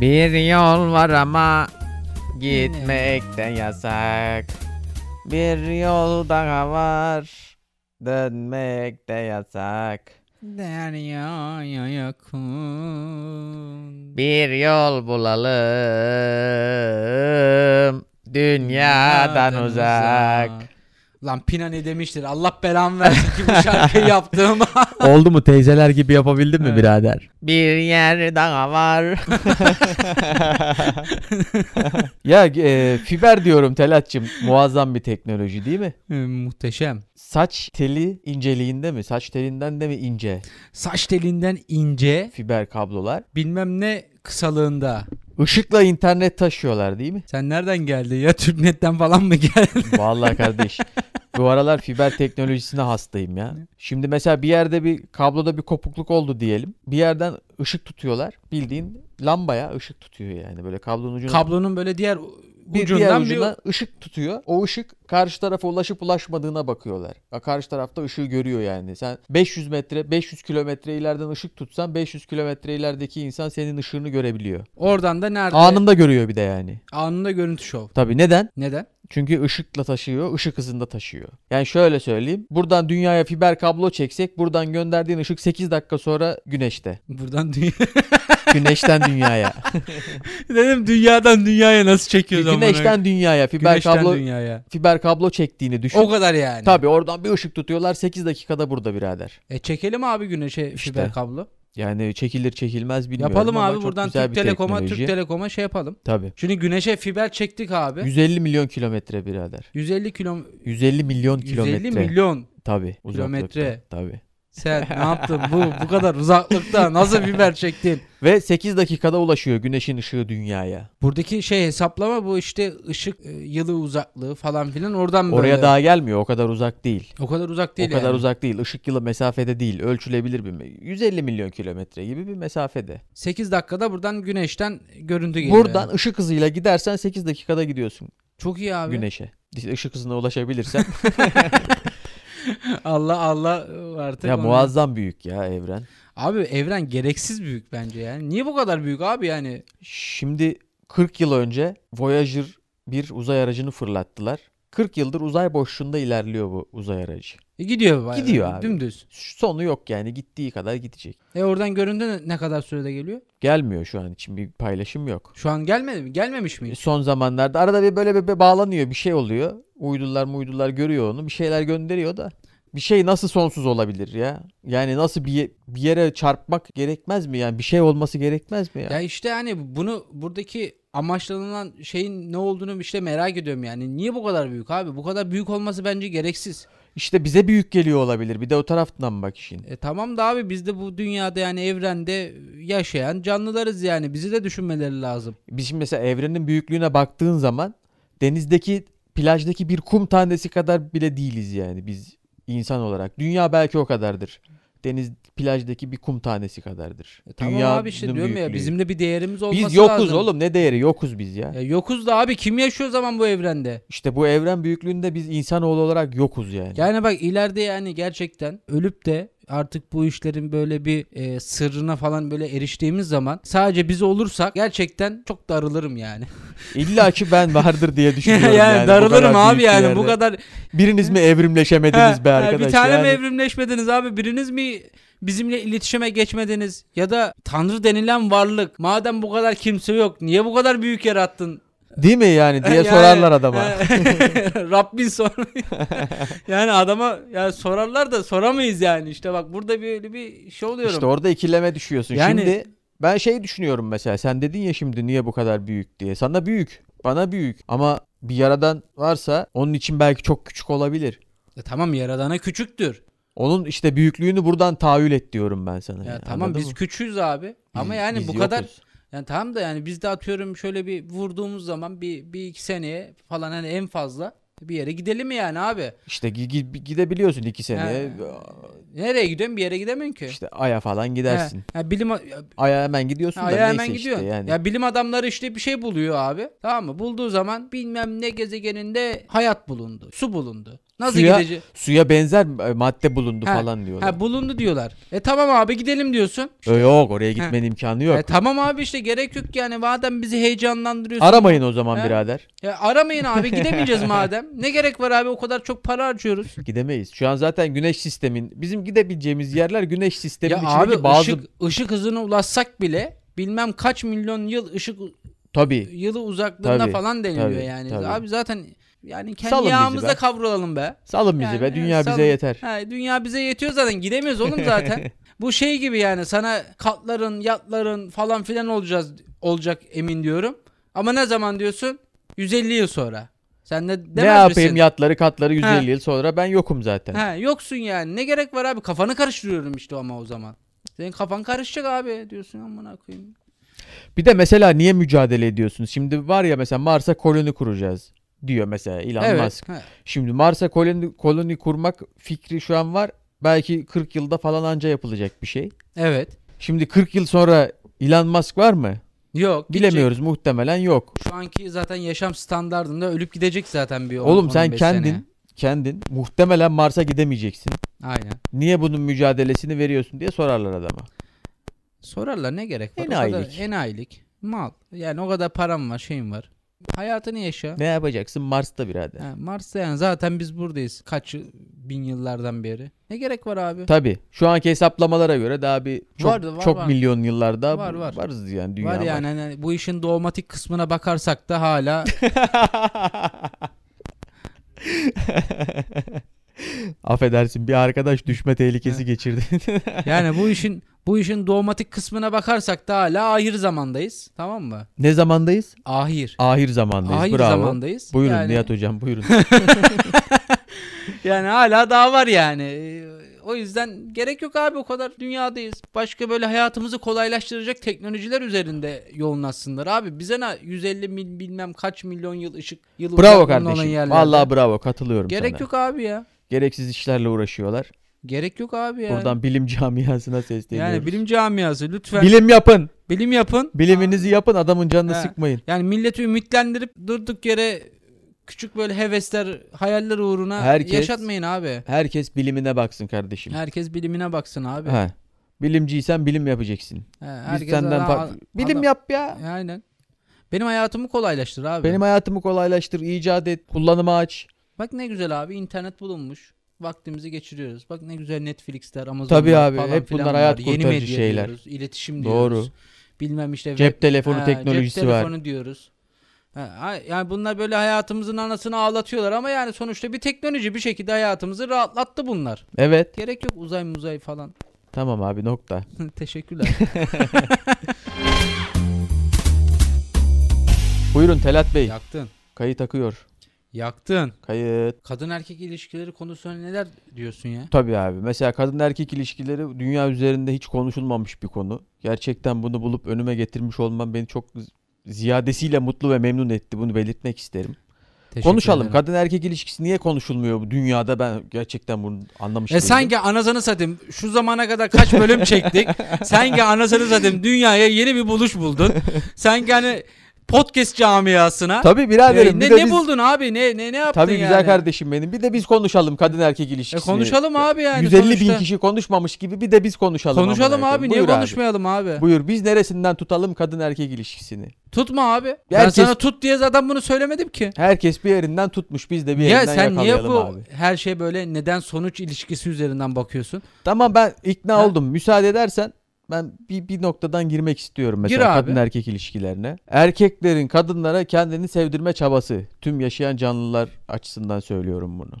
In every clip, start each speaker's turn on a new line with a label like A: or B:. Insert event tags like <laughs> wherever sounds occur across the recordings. A: Bir yol var ama gitmek de yasak. Bir yol daha var. Dönmek de yasak.
B: Deryaya yakın.
A: Bir yol bulalım. Dünyadan uzak.
B: Lan Pina ne demiştir? Allah belamı versin ki bu <laughs> şarkıyı yaptığıma.
C: Oldu mu teyzeler gibi yapabildin mi
B: Evet.
C: birader?
A: Bir yer daha <laughs> var.
C: Ya e, fiber diyorum Telat'cığım muazzam bir teknoloji değil mi?
B: Ee, Muhteşem.
C: Saç teli inceliğinde mi? Saç telinden de mi ince
B: Saç telinden ince,
C: fiber kablolar?
B: bilmem ne kısalığında.
C: Işıkla internet taşıyorlar değil mi?
B: Sen nereden geldin ya? <laughs> Türknet'ten falan mı geldin?
C: Vallahi kardeş. Bu aralar fiber teknolojisine hastayım ya. Şimdi mesela bir yerde bir kabloda bir kopukluk oldu diyelim. Bir yerden ışık tutuyorlar. Bildiğin lambaya ışık tutuyor yani. Böyle kablonun ucuna
B: <laughs> Kablonun böyle diğer
C: bir
B: ucundan
C: diğer
B: bir-
C: ucuna ışık tutuyor. O ışık karşı tarafa ulaşıp ulaşmadığına bakıyorlar. Ya Karşı tarafta ışığı görüyor yani. Sen 500 metre, 500 kilometre ileriden ışık tutsan 500 kilometre ilerideki insan senin ışığını görebiliyor.
B: Oradan da nerede?
C: Anında görüyor bir de yani.
B: Anında görüntü şov.
C: Tabii neden?
B: Neden?
C: Çünkü ışıkla taşıyor, ışık hızında taşıyor. Yani şöyle söyleyeyim. Buradan dünyaya fiber kablo çeksek buradan gönderdiğin ışık 8 dakika sonra güneşte.
B: Buradan dünya...
C: Güneşten dünyaya.
B: <laughs> Dedim dünyadan dünyaya nasıl çekiyor zaman?
C: güneşten dünyaya fiber
B: Güneşten
C: kablo
B: dünyaya.
C: fiber kablo çektiğini düşün.
B: O kadar yani.
C: Tabii oradan bir ışık tutuyorlar 8 dakikada burada birader.
B: E çekelim abi güneşe
C: İşte.
B: fiber kablo.
C: Yani çekilir çekilmez bilmiyorum
B: Yapalım
C: ama
B: abi
C: çok
B: buradan
C: güzel
B: Türk
C: bir
B: Telekom'a
C: teknoloji.
B: Türk Telekom'a şey yapalım.
C: Tabii.
B: Şimdi güneşe fiber çektik abi.
C: 150 milyon kilometre birader.
B: 150 kilo
C: 150 milyon
B: 150
C: kilometre.
B: milyon
C: Tabii.
B: kilometre.
C: uzaklıkta, Tabii.
B: sen ne yaptın bu bu kadar uzaklıkta nasıl fiber çektin?
C: Ve 8 dakikada ulaşıyor güneşin ışığı dünyaya.
B: Buradaki şey hesaplama bu işte ışık e, yılı uzaklığı falan filan oradan böyle.
C: Oraya daha gelmiyor. O kadar uzak değil.
B: o kadar uzak değil
C: o kadar
B: yani.
C: uzak değil. Işık yılı mesafede değil. Ölçülebilir bir 150 milyon kilometre gibi bir mesafede.
B: 8 dakikada buradan güneşten görüntü geliyor.
C: Buradan
B: yani.
C: ışık hızıyla gidersen 8 dakikada gidiyorsun
B: çok iyi abi.
C: güneşe. İşte Işık hızına ulaşabilirsen.
B: <laughs> Allah Allah artık.
C: ya
B: onu-
C: muazzam büyük ya evren.
B: Abi evren gereksiz büyük bence yani. Niye bu kadar büyük abi yani?
C: Şimdi 40 yıl önce Voyager bir uzay aracını fırlattılar. 40 yıldır uzay boşluğunda ilerliyor bu uzay aracı.
B: E, gidiyor bayağı.
C: Gidiyor abi.
B: Dümdüz.
C: Sonu yok yani gittiği kadar gidecek.
B: E oradan göründü ne- ne kadar sürede geliyor?
C: Gelmiyor şu an için bir paylaşım yok.
B: Şu an gelmedi mi? Gelmemiş mi? hiç?
C: son zamanlarda arada bir böyle bir, bir bağlanıyor bir şey oluyor. Uydular muydular görüyor onu bir şeyler gönderiyor da. Bir şey nasıl sonsuz olabilir ya? Yani nasıl bir, ye- bir yere çarpmak gerekmez mi? Yani bir şey olması gerekmez mi ya?
B: Ya işte hani bunu buradaki amaçlanılan şeyin ne olduğunu işte merak ediyorum yani. Niye bu kadar büyük abi? Bu kadar büyük olması bence gereksiz.
C: İşte bize büyük geliyor olabilir. Bir de o taraftan bak işin.
B: E tamam da abi biz de bu dünyada yani evrende yaşayan canlılarız yani. Bizi de düşünmeleri lazım.
C: Biz şimdi mesela evrenin büyüklüğüne baktığın zaman denizdeki plajdaki bir kum tanesi kadar bile değiliz yani biz insan olarak. Dünya belki o kadardır. Deniz plajdaki bir kum tanesi kadardır.
B: E tamam abi işte
C: Dünyanın
B: diyorum ya
C: büyüklüğü.
B: bizim de bir değerimiz olması
C: Biz yokuz
B: lazım.
C: oğlum ne değeri yokuz biz ya.
B: E yokuz da abi kim yaşıyor o zaman bu evrende?
C: İşte bu evren büyüklüğünde biz insanoğlu olarak yokuz yani.
B: Yani bak ileride yani gerçekten ölüp de artık bu işlerin böyle bir e, sırrına falan böyle eriştiğimiz zaman sadece biz olursak gerçekten çok darılırım yani.
C: İlla ki ben vardır
B: <laughs>
C: diye <laughs>
B: yani,
C: düşünüyorum yani. bu
B: darılırım
C: kadar
B: abi
C: büyük bir
B: yani bu
C: yerde.
B: kadar.
C: Biriniz mi evrimleşemediniz
B: Ha,
C: be
B: ha,
C: arkadaş?
B: bir tane
C: yani.
B: mi evrimleşmediniz abi biriniz mi bizimle iletişime geçmediniz ya da tanrı denilen varlık madem bu kadar kimse yok niye bu kadar büyük yarattın?
C: Değil mi yani diye
B: Yani, e,
C: sorarlar adama.
B: <laughs> Rabbin sor. <laughs> yani adama yani sorarlar da soramayız yani işte bak burada böyle bir şey oluyorum.
C: İşte orada ikileme düşüyorsun.
B: Yani-
C: Şimdi ben şey düşünüyorum mesela sen dedin ya şimdi niye bu kadar büyük diye. Sana büyük, bana büyük ama bir yaradan varsa onun için belki çok küçük olabilir.
B: E tamam yaradana küçüktür.
C: Onun işte büyüklüğünü buradan tahayyül et diyorum ben sana.
B: Ya
C: yani,
B: tamam
C: E, anladın
B: biz
C: mı?
B: küçüğüz abi. Ama
C: Biz-
B: yani
C: biz
B: bu kadar
C: yokuz.
B: yani tamam da yani biz de atıyorum şöyle bir vurduğumuz zaman bir, bir iki seneye falan hani en fazla bir yere gidelim mi yani abi?
C: İşte gi- gi- gidebiliyorsun iki seneye.
B: Nereye gidiyorum? Bir yere gidemiyorum ki.
C: İşte aya falan gidersin.
B: Ha, ha, bilim a- ya,
C: Aya hemen gidiyorsun
B: ha,
C: da
B: ya
C: neyse
B: hemen gidiyorsun.
C: işte yani.
B: Ya bilim adamları işte bir şey buluyor abi. Tamam mı? Bulduğu zaman bilmem ne gezegeninde hayat bulundu. Su bulundu. Nasıl
C: suya,
B: gideceğiz?
C: suya benzer e, madde bulundu
B: Ha,
C: falan diyorlar.
B: Ha şey- bulundu diyorlar. E tamam abi gidelim diyorsun.
C: E, yok oraya gitmenin imkanı yok.
B: E tamam abi işte gerek yok yani madem bizi heyecanlandırıyorsun.
C: Aramayın o zaman
B: Ha?
C: birader.
B: Ya aramayın abi gidemeyeceğiz madem. Ne gerek var abi o kadar çok para harcıyoruz.
C: Gidemeyiz. Şu an zaten güneş sistemin bizim gidebileceğimiz yerler güneş sistemin
B: Ya
C: içindeki
B: abi
C: bazı
B: ışık, ışık hızına ulaşsak bile bilmem kaç milyon yıl ışık
C: tabii
B: yılı uzaklığında
C: Tabii,
B: falan deniliyor
C: tabii,
B: yani.
C: tabii.
B: Abi zaten yani kendi
C: Salın bizi
B: yağımızda
C: be.
B: kavrulalım be.
C: salın bizi
B: Yani,
C: be dünya
B: evet,
C: bize
B: salın.
C: yeter.
B: Ha, dünya bize yetiyor zaten gidemiyoruz
C: <laughs>
B: oğlum zaten. Bu şey gibi yani sana katların, yatların falan filan olacağız olacak emin diyorum. Ama ne zaman diyorsun? 150 yıl sonra. Sen de demez
C: ne yapayım
B: misin?
C: yatları katları 150
B: Ha.
C: yıl sonra ben yokum zaten.
B: Ha, yoksun yani. Ne gerek var abi? Kafanı karıştırıyorum işte ama o zaman. Senin kafan karışacak abi diyorsun amına koyayım.
C: Bir de mesela niye mücadele ediyorsunuz? Şimdi var ya mesela Mars'a koloni kuracağız diyor mesela Elon Musk.
B: Ha.
C: Şimdi Mars'a koloni, koloni kurmak fikri şu an var. Belki 40 yılda falan anca yapılacak bir şey.
B: Evet.
C: Şimdi 40 yıl sonra Elon Musk var mı?
B: Yok. gidecek.
C: Bilemiyoruz muhtemelen yok.
B: Şu anki zaten yaşam standartında ölüp gidecek zaten bir on-
C: Oğlum sen
B: 15
C: kendin
B: sene.
C: kendin muhtemelen Mars'a gidemeyeceksin.
B: Aynen.
C: Niye bunun mücadelesini veriyorsun diye sorarlar adama.
B: Sorarlar ne gerek var?
C: Enayilik.
B: O kadar enayilik. Mal. Yani o kadar param var, şeyim var. Hayatını yaşa.
C: Ne yapacaksın Mars'ta birader?
B: Ha, Mars'ta yani zaten biz buradayız. Kaç yıl- bin yıllardan beri. Ne gerek var abi?
C: Tabii. Şu anki hesaplamalara göre daha bir çok
B: Vardı, var,
C: çok
B: var.
C: milyon yıllarda
B: Var, var.
C: varız yani dünya.
B: var yani hani bu işin doğmatik kısmına bakarsak
C: <laughs>
B: da hala <laughs>
C: Affedersin bir arkadaş düşme tehlikesi geçirdi. <laughs>
B: yani bu işin bu işin doğmatik kısmına bakarsak da hala ahir zamandayız. Tamam mı?
C: ne zamandayız?
B: Ahir.
C: Ahir zamandayız.
B: Ahir
C: Bravo.
B: zamandayız.
C: Buyurun
B: yani,
C: Nihat hocam
B: <laughs>
C: buyurun.
B: Yani hala daha var yani. Ee, O yüzden gerek yok abi o kadar dünyadayız. Başka böyle hayatımızı kolaylaştıracak teknolojiler üzerinde yoğunlaşsınlar abi. Bize ne 150 mil, bilmem kaç milyon yıl ışık yılı
C: bravo
B: uzaklığında olan
C: kardeşim.
B: yerlerde.
C: Vallahi bravo katılıyorum
B: Gerek
C: sana.
B: yok abi ya.
C: Gereksiz işlerle uğraşıyorlar.
B: Gerek yok abi ya.
C: Buradan şey bilim camiasına sesleniyoruz.
B: yani bilim camiası lütfen
C: Bilim yapın.
B: bilim yapın.
C: Biliminizi yapın adamın canını
B: Ha.
C: sıkmayın.
B: Yani milleti ümitlendirip durduk yere küçük böyle hevesler, hayaller uğruna
C: Herkes-
B: yaşatmayın abi.
C: Herkes bilimine baksın kardeşim.
B: Herkes bilimine baksın abi.
C: Ha. Bilimciysen bilim yapacaksın.
B: He,
C: Biz
B: herkes
C: senden
B: adam-
C: farklı. Bilim
B: adam-
C: yap ya.
B: Aynen. Benim hayatımı kolaylaştır abi.
C: Benim hayatımı kolaylaştır, icat et, kullanıma aç.
B: Bak ne güzel abi internet bulunmuş. Vaktimizi geçiriyoruz. Bak ne güzel Netflix'ler, Amazon'lar
C: Tabii abi,
B: falan
C: hep
B: filan
C: bunlar hayat
B: var. Yeni
C: kurtarıcı
B: medya
C: şeyler.
B: diyoruz, iletişim
C: Doğru.
B: diyoruz. Bilmem işte web-
C: Cep telefonu
B: Ha,
C: teknolojisi
B: cep
C: var.
B: telefonu diyoruz. Ha, ha, yani bunlar böyle hayatımızın anasını ağlatıyorlar ama yani sonuçta bir teknoloji bir şekilde hayatımızı rahatlattı bunlar.
C: Evet.
B: Gerek yok uzay muzay falan. <laughs>
C: Tamam abi nokta. <laughs>
B: Teşekkürler.
C: Buyurun Telat Bey.
B: Yaktın.
C: Kayı takıyor.
B: Yaktın.
C: Kayıt.
B: Kadın erkek ilişkileri konusunda neler diyorsun ya?
C: Tabii abi. Mesela kadın erkek ilişkileri dünya üzerinde hiç konuşulmamış bir konu. Gerçekten bunu bulup önüme getirmiş olman beni çok z- ziyadesiyle mutlu ve memnun etti. Bunu belirtmek isterim.
B: Teşekkür
C: Konuşalım.
B: ederim.
C: Kadın erkek ilişkisi niye konuşulmuyor bu dünyada? Ben gerçekten bunu anlamış
B: E
C: değilim.
B: sanki anasını satayım şu zamana kadar kaç
C: <laughs>
B: bölüm çektik. sanki anasını satayım dünyaya yeni bir buluş buldun. Sanki hani podcast camiasına.
C: Tabii
B: E,
C: biraderim. bir
B: ne,
C: de
B: ne
C: biz-
B: buldun abi ne ne ne yaptın
C: Tabii
B: yani?
C: güzel kardeşim benim. Bir de biz konuşalım kadın erkek
B: E
C: ilişkisini.
B: konuşalım abi yani.
C: 150
B: sonuçta.
C: bin kişi konuşmamış gibi bir de biz konuşalım.
B: Konuşalım
C: amına
B: abi
C: koyayım.
B: niye
C: Buyur abi.
B: konuşmayalım abi?
C: Buyur biz neresinden tutalım kadın erkek ilişkisini?
B: Tutma abi. Ben
C: Herkes-
B: sana tut diye zaten bunu söylemedim ki.
C: Herkes bir yerinden tutmuş biz de bir
B: Ya
C: yerinden
B: sen niye
C: yakalayalım
B: bu
C: abi.
B: her şey böyle neden sonuç ilişkisi üzerinden bakıyorsun?
C: Tamam ben ikna
B: Ha?
C: oldum. Müsaade edersen ben bir, bir noktadan girmek istiyorum mesela
B: Gir abi.
C: kadın erkek ilişkilerine. Erkeklerin kadınlara kendini sevdirme çabası. Tüm yaşayan canlılar açısından söylüyorum bunu.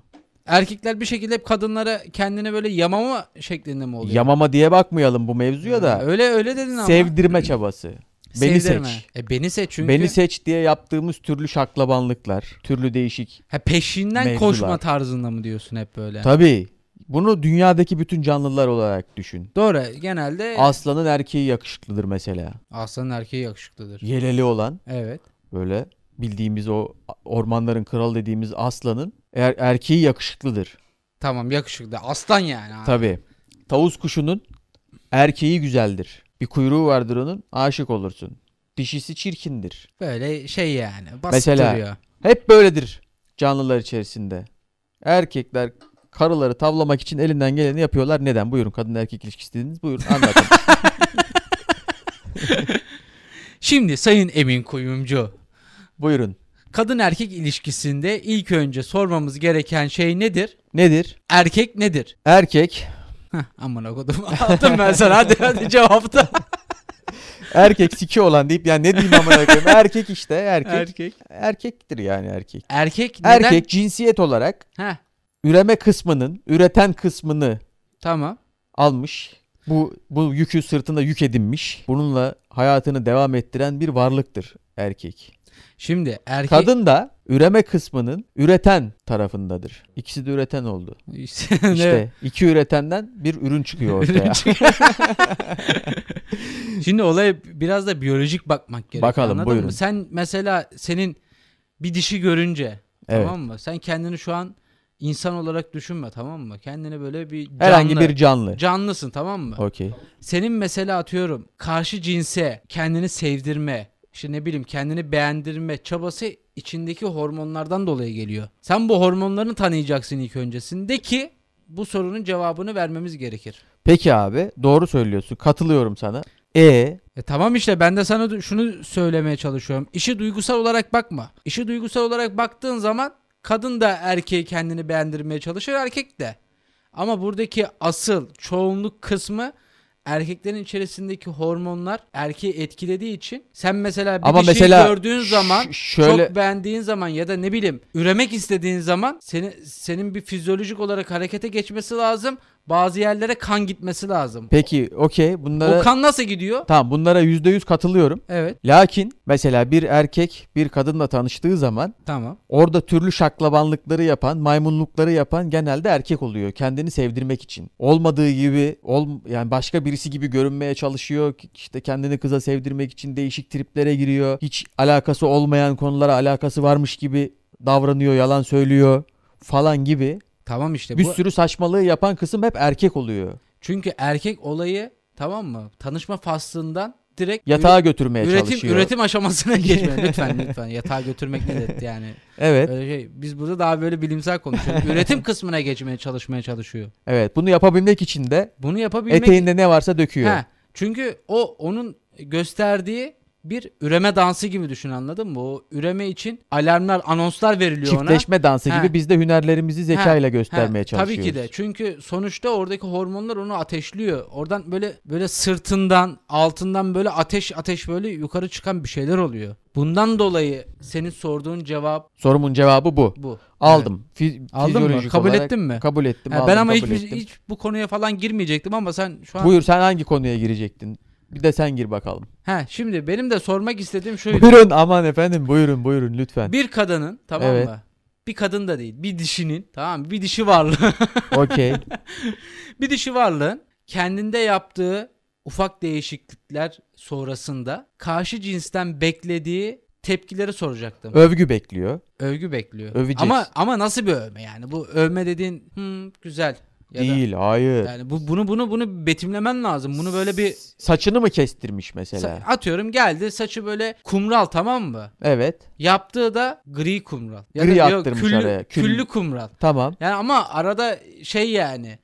B: Erkekler bir şekilde hep kadınlara kendini böyle yamama şeklinde mi oluyor?
C: Yamama diye bakmayalım bu mevzuya da.
B: Öyle öyle dedin ama.
C: Sevdirme çabası. Beni
B: Sevdirme.
C: seç.
B: E beni seç çünkü.
C: Beni seç diye yaptığımız türlü şaklabanlıklar, türlü değişik.
B: ha, peşinden
C: Mevzular.
B: koşma tarzında mı diyorsun hep böyle?
C: Tabii. Bunu dünyadaki bütün canlılar olarak düşün.
B: Doğru. Genelde
C: Aslanın erkeği yakışıklıdır mesela.
B: aslanın erkeği yakışıklıdır.
C: Yeleli olan
B: Evet.
C: böyle bildiğimiz o ormanların kralı dediğimiz aslanın er- erkeği yakışıklıdır.
B: Tamam yakışıklı. Aslan yani. abi.
C: Tabii. Tavus kuşunun erkeği güzeldir. Bir kuyruğu vardır onun. Aşık olursun. Dişisi çirkindir.
B: Böyle şey yani. Basit
C: Mesela-
B: duruyor.
C: Hep böyledir canlılar içerisinde. Erkekler karıları tavlamak için elinden geleni yapıyorlar. Neden? Buyurun kadın erkek ilişkisi dediniz. Buyurun anlatın.
B: Şimdi Sayın Emin Kuyumcu,
C: Buyurun.
B: kadın erkek ilişkisinde ilk önce sormamız gereken şey nedir?
C: Nedir?
B: Erkek nedir?
C: Erkek
B: Heh, amına kodum. <laughs> Attım ben sana hadi hadi cevapta.
C: erkek siki olan deyip yani ne diyeyim amına koyayım. Erkek işte erkek.
B: Erkek.
C: Erkektir yani erkek.
B: Erkek neden?
C: Erkek cinsiyet olarak
B: Heh,
C: üreme kısmının, üreten kısmını
B: tamam.
C: almış. Bu bu yükü sırtında yük edinmiş. Bununla hayatını devam ettiren bir varlıktır erkek.
B: Şimdi erkek... <laughs>
C: Kadın da üreme kısmının üreten tarafındadır. İkisi de üreten oldu.
B: işte.
C: İşte iki üretenden bir ürün
B: <laughs>
C: çıkıyor <laughs> ortaya.
B: Şimdi olaya biraz da biyolojik bakmak gerekiyor.
C: Bakalım,
B: anladın
C: buyurun.
B: Mı? Sen mesela senin bir dişi görünce
C: Evet.
B: tamam mı? Sen kendini şu an insan olarak düşünme tamam mı? Kendini böyle bir canlı.
C: Herhangi bir canlı.
B: canlısın tamam mı?
C: Okey.
B: Senin mesela atıyorum karşı cinse kendini sevdirme, işte ne bileyim kendini beğendirme çabası içindeki hormonlardan dolayı geliyor. Sen bu hormonlarını tanıyacaksın ilk öncesinde ki bu sorunun cevabını vermemiz gerekir.
C: Peki abi doğru söylüyorsun. Katılıyorum sana. E
B: E tamam işte ben de sana du- şunu söylemeye çalışıyorum. İşi duygusal olarak bakma. İşi duygusal olarak baktığın zaman kadın da erkeği kendini beğendirmeye çalışır, erkek de. Ama buradaki asıl çoğunluk kısmı erkeklerin içerisindeki hormonlar erkeği etkilediği için sen mesela bir
C: Ama
B: dişiyi
C: mesela
B: gördüğün
C: ş-
B: zaman
C: şöyle-
B: çok beğendiğin zaman ya da ne bileyim üremek istediğin zaman senin senin bir fizyolojik olarak harekete geçmesi lazım. Bazı yerlere kan gitmesi lazım.
C: peki okey bunlara
B: O kan nasıl gidiyor?
C: tamam bunlara %100 katılıyorum.
B: Evet.
C: Lakin mesela bir erkek bir kadınla tanıştığı zaman
B: Tamam.
C: orada türlü şaklabanlıkları yapan, maymunlukları yapan genelde erkek oluyor kendini sevdirmek için. Olmadığı gibi ol yani başka birisi gibi görünmeye çalışıyor. İşte kendini kıza sevdirmek için değişik triplere giriyor. Hiç alakası olmayan konulara alakası varmış gibi davranıyor, yalan söylüyor falan gibi.
B: Tamam işte
C: Bir
B: E, bu.
C: sürü saçmalığı yapan kısım hep erkek oluyor.
B: Çünkü erkek olayı tamam mı? Tanışma faslından direkt
C: Yatağa
B: üre-
C: götürmeye
B: üretim
C: çalışıyor. <laughs>
B: üretim aşamasına geçmeyin lütfen lütfen. Yatağa götürmek nedir yani?
C: Evet.
B: Öyle şey. Biz burada daha böyle bilimsel konuşuyoruz.
C: <laughs>
B: üretim kısmına geçmeye çalışmaya çalışıyor.
C: Evet. Bunu yapabilmek için de
B: Bunu yapabilmek
C: eteğinde ne varsa döküyor.
B: He, çünkü o onun gösterdiği bir üreme dansı gibi düşün anladın mı? O üreme için alarmlar, anonslar veriliyor ona.
C: Çiftleşme dansı
B: He.
C: gibi biz de hünerlerimizi
B: Ha,
C: zekayla göstermeye
B: ha,
C: çalışıyoruz.
B: Tabii ki de. Çünkü sonuçta oradaki hormonlar onu ateşliyor. Oradan böyle böyle sırtından, altından böyle ateş ateş böyle yukarı çıkan bir şeyler oluyor. Bundan dolayı senin sorduğun cevap
C: Sorumun cevabı bu.
B: bu.
C: Aldım. Fi-
B: Aldın mı?
C: fizyolojik
B: Kabul
C: olarak
B: ettin mi?
C: Kabul ettim.
B: Ha,
C: aldım,
B: ben ama hiç,
C: kabul ettim.
B: hiç bu konuya falan girmeyecektim ama sen şu an
C: Buyur sen hangi konuya girecektin? Bir de sen gir bakalım.
B: <laughs> Ha, şimdi benim de sormak istediğim şuydu.
C: Buyurun aman efendim buyurun buyurun lütfen.
B: Bir kadının tamam
C: Evet.
B: mı? Bir kadın da değil. Bir dişinin tamam mı? Bir dişi varlığı. <laughs>
C: Okey.
B: bir dişi varlığın kendinde yaptığı ufak değişiklikler sonrasında karşı cinsten beklediği tepkileri soracaktım.
C: Övgü bekliyor.
B: Övgü bekliyor.
C: Öveceksin.
B: Ama ama nasıl bir övme yani? Bu övme dediğin "Hmm, güzel ya da-
C: Değil hayır.
B: yani bu bunu bunu bunu betimlemen lazım. Bunu böyle bir
C: Saçını mı kestirmiş mesela?
B: sa- atıyorum geldi saçı böyle kumral tamam mı?
C: evet.
B: Yaptığı da gri kumral. Ya
C: Gri
B: da, yok,
C: attırmış
B: küllü,
C: araya, küllü.
B: küllü kumral. <laughs>
C: Tamam.
B: Yani ama arada şey yani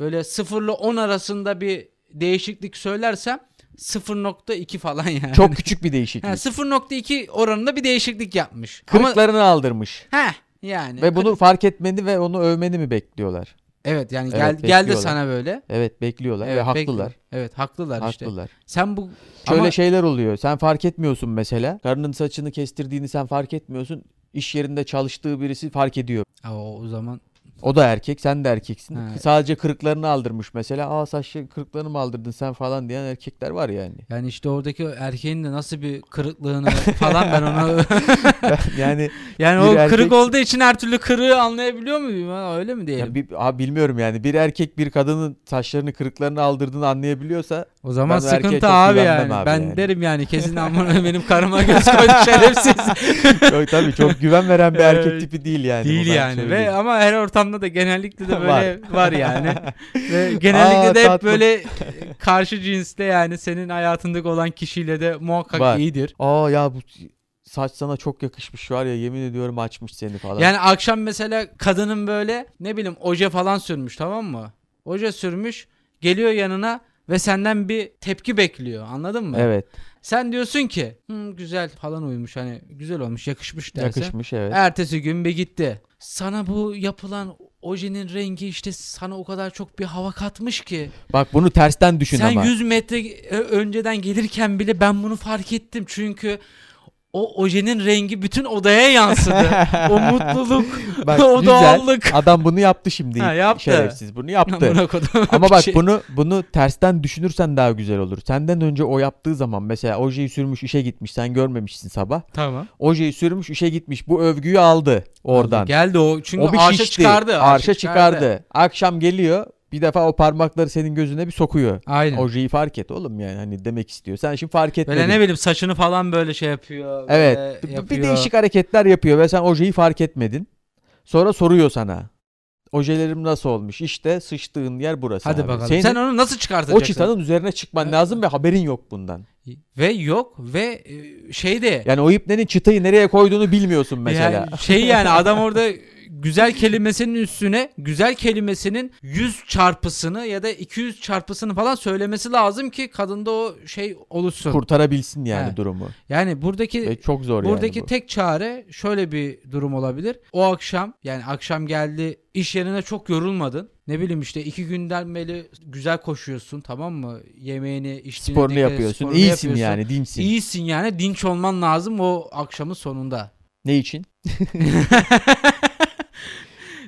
B: böyle 0 ile 10 arasında bir değişiklik söylersem 0.2 falan yani.
C: Çok küçük bir
B: <laughs> Ha,
C: değişiklik.
B: 0.2 oranında bir değişiklik yapmış. Ama
C: Kırıklarını aldırmış.
B: heh, yani.
C: Ve bunu fark etmeni ve onu övmeni mi bekliyorlar?
B: evet yani
C: Evet,
B: gel geldi
C: bekliyorlar.
B: sana böyle.
C: Evet bekliyorlar
B: Evet,
C: ve haklılar.
B: bekliyor. Evet haklılar, işte.
C: Haklılar.
B: Sen bu
C: Şöyle
B: ama
C: şeyler oluyor. Sen fark etmiyorsun mesela. Karının saçını kestirdiğini sen fark etmiyorsun. İş yerinde çalıştığı birisi fark ediyor.
B: Aa, o, o zaman
C: O da erkek, sen de erkeksin.
B: Ha.
C: Sadece kırıklarını aldırmış mesela. Aa saçları kırıklarını mı aldırdın sen falan diyen erkekler var yani.
B: yani işte oradaki erkeğin de nasıl bir kırıklığını falan ben onu <laughs>
C: yani
B: <laughs> yani
C: Bir
B: o
C: erkek-
B: kırık olduğu için her türlü kırığı anlayabiliyor muyum? Ha, Öyle mi diyelim?
C: ya bir, abi bilmiyorum yani. Bir erkek bir kadının saçlarını kırıklarını aldırdığını
B: <laughs>
C: anlayabiliyorsa
B: O zaman
C: Ben bu erkeğe
B: sıkıntı
C: çok
B: abi
C: güvenmem
B: yani.
C: abi
B: ben
C: yani.
B: derim
C: <laughs>
B: yani kesin aman benim karıma göz koydu şerefsiz.
C: çok, tabii çok güven veren bir
B: Ee,
C: erkek tipi değil yani.
B: Değil
C: bu ben
B: yani. Ve
C: söyleyeyim.
B: ama her ortamda da
C: <laughs>
B: genellikle de böyle var, yani. Ve
C: Aa,
B: genellikle de hep
C: tatlım. <laughs>
B: böyle karşı cinste yani senin hayatındaki olan kişiyle de muhakkak
C: Var.
B: iyidir.
C: Aa ya bu saç sana çok yakışmış var ya yemin ediyorum açmış seni falan.
B: Yani akşam mesela kadının böyle ne bileyim oje falan sürmüş tamam mı? Oje sürmüş geliyor yanına ve senden bir tepki bekliyor anladın mı?
C: evet
B: Sen diyorsun ki Hı, güzel falan uymuş hani güzel olmuş yakışmış derse.
C: yakışmış evet.
B: Ertesi gün bir gitti. Sana bu yapılan ojenin rengi işte sana o kadar çok bir hava katmış ki.
C: Bak bunu tersten düşün
B: Sen
C: ama.
B: 100 metre e, önceden gelirken bile ben bunu fark ettim çünkü o ojenin rengi bütün odaya yansıdı.
C: <laughs>
B: o mutluluk,
C: Bak,
B: <laughs> o
C: güzel.
B: doğallık.
C: Adam bunu yaptı şimdi.
B: Ha, yaptı.
C: Şerefsiz bunu <laughs> yaptı.
B: Amına koyduğum
C: Ama bak
B: şey.
C: bunu bunu tersten düşünürsen daha güzel olur. Senden önce o yaptığı zaman mesela ojeyi sürmüş işe gitmiş sen görmemişsin sabah.
B: tamam.
C: Ojeyi sürmüş işe gitmiş bu övgüyü aldı oradan.
B: Geldi o çünkü
C: o bir
B: arşa
C: şişti.
B: çıkardı.
C: Arşa, çıkardı. Akşam geliyor bir defa o parmakları senin gözüne bir sokuyor.
B: Aynen.
C: Ojeyi fark et oğlum yani hani demek istiyor. Sen şimdi fark etmedin.
B: Böyle ne bileyim saçını falan böyle şey yapıyor.
C: Evet.
B: böyle
C: b-
B: yapıyor.
C: Bir değişik hareketler yapıyor ve sen ojeyi fark etmedin. Sonra soruyor sana. Ojelerim nasıl olmuş? İşte sıçtığın yer burası.
B: Hadi
C: abi.
B: bakalım.
C: Senin
B: Sen onu Ee, nasıl çıkartacaksın?
C: o çıtanın üzerine çıkman
B: Evet.
C: lazım ve haberin yok bundan.
B: e- Ve yok ve e, şey de
C: Yani o ipnenin çıtayı nereye koyduğunu bilmiyorsun mesela.
B: Yani şey yani adam orada güzel kelimesinin üstüne güzel kelimesinin 100 çarpısını ya da 200 çarpısını falan söylemesi lazım ki kadında o şey oluşsun.
C: Kurtarabilsin yani
B: He.
C: durumu.
B: Yani buradaki
C: Ve çok zor
B: buradaki
C: yani bu.
B: tek çare şöyle bir durum olabilir. O akşam yani akşam geldi iş yerine çok yorulmadın. Ne bileyim işte iki günden beri güzel koşuyorsun tamam mı? Yemeğini, içtiğini,
C: Sporunu
B: dikkat et,
C: yapıyorsun.
B: sporunu
C: İyisin
B: yapıyorsun.
C: yani dinsin.
B: İyisin yani dinç olman lazım o akşamın sonunda.
C: Ne için?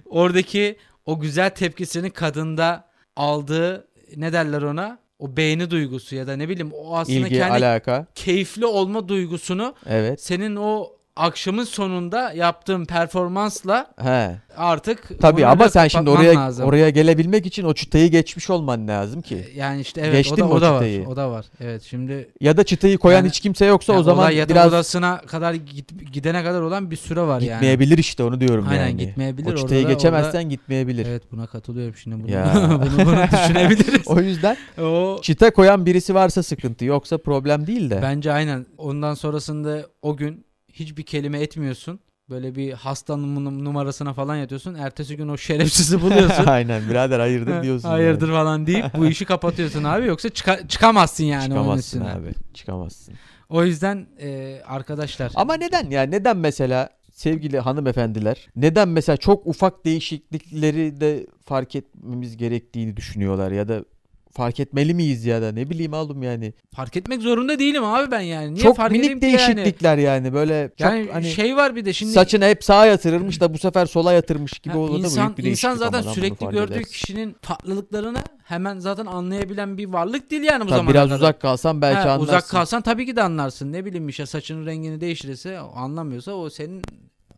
B: Oradaki o güzel tepkisini kadında aldığı ne derler ona? O beğeni duygusu ya da ne bileyim o aslında
C: İlgi,
B: kendi
C: alaka.
B: keyifli olma duygusunu
C: Evet.
B: senin o akşamın sonunda yaptığın performansla
C: He.
B: artık
C: Tabii
B: onu
C: ama
B: da
C: sen şimdi
B: kapatman
C: oraya
B: lazım. E-
C: oraya gelebilmek için o çıtayı geçmiş olman lazım ki.
B: yani işte evet
C: Geçtin mi
B: o da, o
C: o
B: da var.
C: çıtayı?
B: O da var. Evet şimdi
C: Ya da çıtayı koyan
B: Yani-
C: hiç kimse yoksa
B: yani
C: o zaman
B: olay yatak
C: biraz
B: odasına kadar git- gidene kadar olan bir süre var yani.
C: gitmeyebilir işte onu diyorum
B: Aynen,
C: yani.
B: gitmeyebilir.
C: O çıtayı
B: Orada-
C: geçemezsen gitmeyebilir.
B: Evet buna katılıyorum şimdi bunu.
C: Ya.
B: <laughs> bunu, bunu düşünebiliriz.
C: O
B: <laughs>
C: yüzden
B: o
C: çıta koyan birisi varsa sıkıntı yoksa problem değil de.
B: Bence aynen. Ondan sonrasında o gün hiçbir kelime etmiyorsun. Böyle bir hasta num- numarasına falan yatıyorsun. Ertesi gün
C: <laughs>
B: o şerefsizi buluyorsun.
C: Aynen birader hayırdır diyorsun.
B: Hayırdır
C: yani.
B: falan deyip bu işi kapatıyorsun abi. Yoksa çıka- çıkamazsın yani onun
C: Çıkamazsın
B: üstüne.
C: abi. Çıkamazsın.
B: O yüzden e, arkadaşlar.
C: Ama neden ya? Neden mesela sevgili hanımefendiler neden mesela çok ufak değişiklikleri de fark etmemiz gerektiğini düşünüyorlar ya da fark etmeli miyiz ya da ne bileyim oğlum yani.
B: fark etmek zorunda değilim abi ben yani. Niye
C: çok
B: fark edeyim
C: minik
B: ki yani?
C: değişiklikler yani, böyle çok
B: Yani
C: hani
B: şey var bir de şimdi
C: saçını hep sağa yatırırmış da bu sefer sola yatırmış gibi
B: Ha,
C: olur da
B: insan,
C: büyük bir
B: insan
C: değişiklik
B: zaten
C: ama lan bunu
B: sürekli
C: fark
B: gördüğü
C: edersin.
B: kişinin farklılıklarını hemen zaten anlayabilen bir varlık değil yani bu
C: Tabii
B: zamana
C: biraz
B: kadar.
C: uzak kalsan belki
B: Ha,
C: anlarsın.
B: Uzak kalsan tabii ki de anlarsın. Ne bileyim işte saçının rengini değiştirirse o anlamıyorsa o senin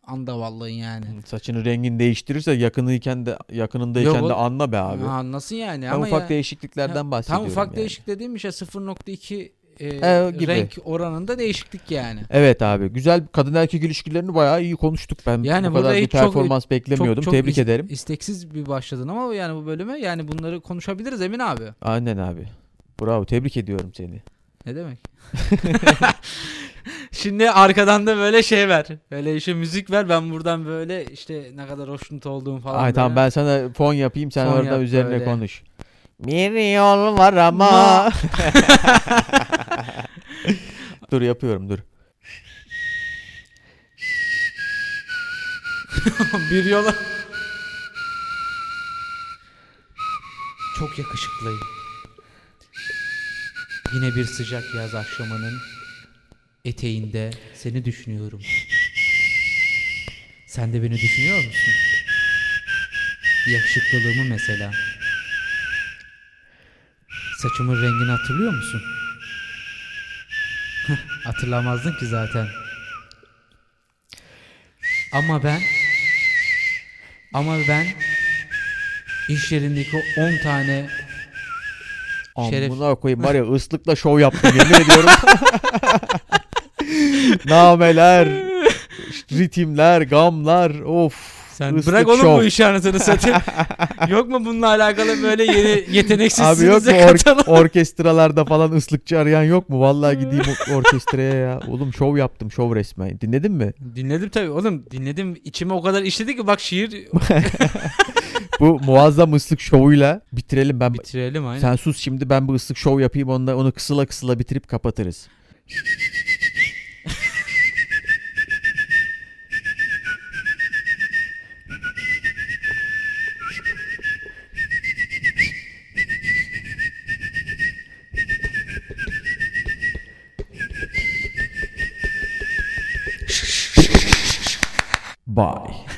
B: andavallığın yani.
C: Saçını rengini değiştirirse yakınıyken de yakınındayken
B: Yok
C: de
B: oğlum.
C: anla be abi.
B: Abi. Anlasın yani
C: Ben
B: ama
C: ufak
B: ya,
C: değişikliklerden
B: Ha,
C: bahsediyorum.
B: Tam ufak
C: yani.
B: değişik dediğim işte 0.2 e,
C: He, o gibi.
B: renk oranında değişiklik yani.
C: Evet abi güzel kadın erkek ilişkilerini bayağı iyi konuştuk ben. bu
B: Yani burada
C: kadar bir
B: hiç çok-
C: performans beklemiyordum.
B: çok
C: Tebrik
B: is-
C: ederim.
B: İsteksiz bir başladın ama yani bu bölüme yani bunları konuşabiliriz Emin abi.
C: Aynen abi. Bravo tebrik ediyorum seni.
B: Ne demek?
C: <laughs>
B: <laughs> Şimdi arkadan da böyle şey ver. Böyle işte müzik ver. Ben buradan böyle işte ne kadar hoşnut olduğum falan.
C: Ay tamam
B: böyle.
C: ben sana fon yapayım sen
B: Fon
C: orada
B: yap
C: üzerine
B: böyle.
C: konuş.
A: Bir yol var
B: <laughs>
A: ama.
C: Dur yapıyorum dur.
B: <laughs> bir yola... Çok yakışıklıyım. Yine bir sıcak yaz akşamının eteğinde seni düşünüyorum. Sen de beni düşünüyor musun? Yakışıklılığımı mesela. Saçımın rengini hatırlıyor musun? Heh, Hatırlamazdın ki zaten. Ama ben ama ben iş yerindeki 10 tane Şeref.
C: Amına koyayım var ya ıslıkla şov yaptım yemin ediyorum. <laughs> Nameler, ritimler, gamlar of.
B: Sen
C: Rıstık
B: bırak oğlum
C: şov.
B: bu işi anasını <laughs> satayım. yok mu bununla alakalı böyle yeni yeteneksizsiniz
C: Abi yok mu
B: de
C: or-
B: katalım.
C: orkestralarda falan ıslıkçı arayan yok mu?
B: <laughs>
C: Vallahi gideyim o- orkestraya ya. Oğlum şov yaptım şov resmen. Dinledin mi?
B: Dinledim tabii oğlum dinledim. İçime o kadar işledi ki bak şiir
C: Bu muazzam ıslık şovuyla bitirelim. Ben
B: bitirelim aynen.
C: Sen sus şimdi ben bu ıslık şov yapayım onda onu kısıla kısıla bitirip kapatırız. Bye.